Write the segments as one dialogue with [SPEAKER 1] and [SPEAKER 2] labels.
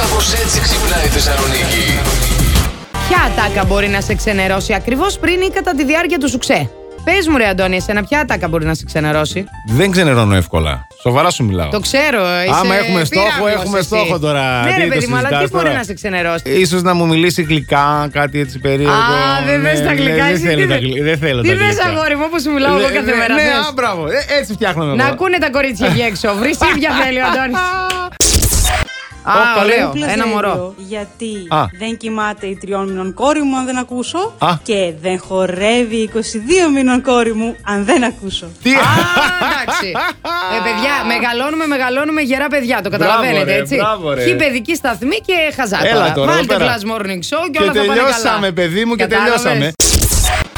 [SPEAKER 1] Κάπως έτσι ξυπνάει η Θεσσαλονίκη.
[SPEAKER 2] Ποια ατάκα μπορεί να σε ξενερώσει ακριβώς πριν ή κατά τη διάρκεια του σουξέ. Πες μου, ρε Αντώνη, εσένα ποια ατάκα μπορεί να σε ξενερώσει.
[SPEAKER 3] Δεν ξενερώνω εύκολα. Σοβαρά σου μιλάω.
[SPEAKER 2] Το ξέρω, είσαι
[SPEAKER 3] Άμα έχουμε στόχο,
[SPEAKER 2] πύραυλος
[SPEAKER 3] έχουμε
[SPEAKER 2] εσύ.
[SPEAKER 3] στόχο τώρα.
[SPEAKER 2] Ναι,
[SPEAKER 3] Τι
[SPEAKER 2] ρε
[SPEAKER 3] το
[SPEAKER 2] παιδί μου, αλλά τι
[SPEAKER 3] συζητάς
[SPEAKER 2] μπορεί
[SPEAKER 3] τώρα?
[SPEAKER 2] να σε ξενερώσει.
[SPEAKER 3] Ίσως να μου μιλήσει γλυκά, κάτι έτσι περίεργο.
[SPEAKER 2] Α, δεν
[SPEAKER 3] Ναι,
[SPEAKER 2] θες τα
[SPEAKER 3] ναι,
[SPEAKER 2] γλυκά,
[SPEAKER 3] Δεν
[SPEAKER 2] εσύ
[SPEAKER 3] θέλω
[SPEAKER 2] τι
[SPEAKER 3] τα
[SPEAKER 2] θες.
[SPEAKER 3] γλυκά. Δεν θέλω
[SPEAKER 2] Τι
[SPEAKER 3] τα
[SPEAKER 2] θες,
[SPEAKER 3] γλυκά.
[SPEAKER 2] αγόρι μου, όπω μιλάω εγώ
[SPEAKER 3] Λε-
[SPEAKER 2] κάθε
[SPEAKER 3] ναι,
[SPEAKER 2] μέρα.
[SPEAKER 3] Ναι,
[SPEAKER 2] θες.
[SPEAKER 3] α, μπράβο. Ε, Έτσι φτιάχνομαι.
[SPEAKER 2] Να
[SPEAKER 3] εγώ.
[SPEAKER 2] ακούνε τα κορίτσια εκεί έξω. Βρει ίδια θέλει ο Αντώνης. Α,
[SPEAKER 3] Ω, καλέ.
[SPEAKER 2] ωραίο.
[SPEAKER 4] Plus
[SPEAKER 2] Ένα
[SPEAKER 4] Radio,
[SPEAKER 2] μωρό.
[SPEAKER 4] Γιατί
[SPEAKER 3] Α.
[SPEAKER 4] δεν κοιμάται η τριών μηνών κόρη μου αν δεν ακούσω.
[SPEAKER 3] Α.
[SPEAKER 4] Και δεν χορεύει η 22 μηνών κόρη μου αν δεν ακούσω.
[SPEAKER 3] Τι.
[SPEAKER 2] Α, εντάξει. Ε, παιδιά, μεγαλώνουμε, μεγαλώνουμε γερά παιδιά. Το καταλαβαίνετε,
[SPEAKER 3] ρε,
[SPEAKER 2] έτσι.
[SPEAKER 3] μπράβο, ρε.
[SPEAKER 2] Χι παιδική σταθμή και χαζά.
[SPEAKER 3] Έλα τώρα, εδώ
[SPEAKER 2] Βάλτε
[SPEAKER 3] πέρα.
[SPEAKER 2] Flash Morning Show και
[SPEAKER 3] Και
[SPEAKER 2] όλα θα πάνε καλά.
[SPEAKER 3] τελειώσαμε, παιδί μου, και
[SPEAKER 2] Κατάλαβες?
[SPEAKER 3] τελειώσαμε.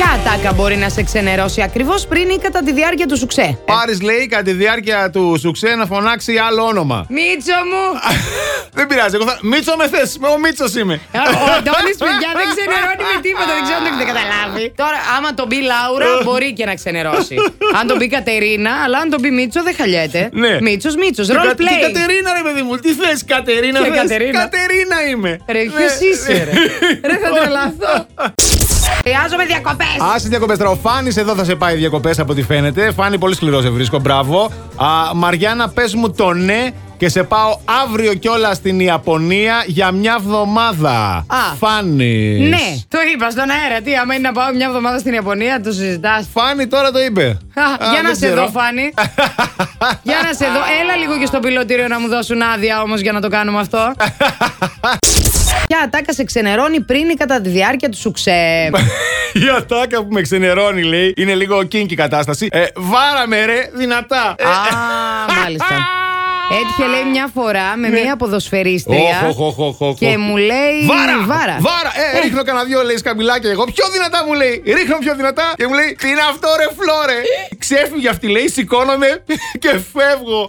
[SPEAKER 2] Ποια ατάκα μπορεί να σε ξενερώσει ακριβώς πριν ή κατά τη διάρκεια του σουξέ.
[SPEAKER 3] Πάρεις, λέει, κατά τη διάρκεια του σουξέ να φωνάξει άλλο όνομα.
[SPEAKER 2] Μίτσο μου!
[SPEAKER 3] Δεν πειράζει. Εγώ θα... Μίτσο με θες. Ο Μίτσος είμαι.
[SPEAKER 2] Ε, Ο Αντώνη, παιδιά, δεν ξενερώνει με τίποτα. Δεν ξέρω αν το έχετε καταλάβει. Τώρα, άμα τον πει Λάουρα, μπορεί και να ξενερώσει. Αν τον πει Κατερίνα, αλλά αν τον πει Μίτσο, δεν χαλιέται.
[SPEAKER 3] Ναι.
[SPEAKER 2] Μίτσος, Μίτσος.
[SPEAKER 3] Και
[SPEAKER 2] Ρολ
[SPEAKER 3] Κα-
[SPEAKER 2] play.
[SPEAKER 3] και Κατερίνα, ρε παιδί μου, τι θες, Κατερίνα,
[SPEAKER 2] Ποια
[SPEAKER 3] θες?
[SPEAKER 2] Κατερίνα?
[SPEAKER 3] Κατερίνα είμαι.
[SPEAKER 2] Ρε,
[SPEAKER 3] Ναι.
[SPEAKER 2] ποιος είσαι, ρε. Ρε, θα τρελαθώ. Χρειάζομαι διακοπές.
[SPEAKER 3] Άσε διακοπές τώρα. Ο Φάνης εδώ θα σε πάει διακοπές από ό,τι φαίνεται. Φάνη πολύ σκληρός, σε βρίσκω. Μπράβο. Α, Μαριάννα, πες μου το ναι και σε πάω αύριο κιόλας στην Ιαπωνία για μια εβδομάδα.
[SPEAKER 2] Α.
[SPEAKER 3] Φάνης.
[SPEAKER 2] Ναι, το είπα στον αέρα. Τι, άμα είναι να πάω μια εβδομάδα στην Ιαπωνία, το συζητάς.
[SPEAKER 3] Φάνη τώρα το είπε. Α,
[SPEAKER 2] για
[SPEAKER 3] δεν
[SPEAKER 2] να σε
[SPEAKER 3] ξέρω.
[SPEAKER 2] δω, Φάνη. για να σε δω. Έλα λίγο και στο πιλωτήριο να μου δώσουν άδεια όμως για να το κάνουμε αυτό. Ποια ατάκα σε ξενερώνει πριν ή κατά τη διάρκεια του σουξέ.
[SPEAKER 3] Η ατάκα που με ξενερώνει, λέει, είναι λίγο κίνκι κατάσταση. Ε, βάραμε, ρε, δυνατά. Ε,
[SPEAKER 2] Α, μάλιστα. Έτυχε λέει μια φορά με μια ποδοσφαιρίστρια
[SPEAKER 3] Οχ, οχ, οχ, οχ,
[SPEAKER 2] Ε, και
[SPEAKER 3] οχ.
[SPEAKER 2] μου λέει
[SPEAKER 3] Βάρα!
[SPEAKER 2] βάρα.
[SPEAKER 3] Βάρα! Ε, ρίχνω κανένα δυο λέει σκαμπιλάκια εγώ. Πιο δυνατά μου λέει. Ρίχνω πιο δυνατά και μου λέει Τι είναι αυτό ρε φλόρε.
[SPEAKER 2] Ε.
[SPEAKER 3] Ξέφυγε αυτή λέει, σηκώνομαι και φεύγω.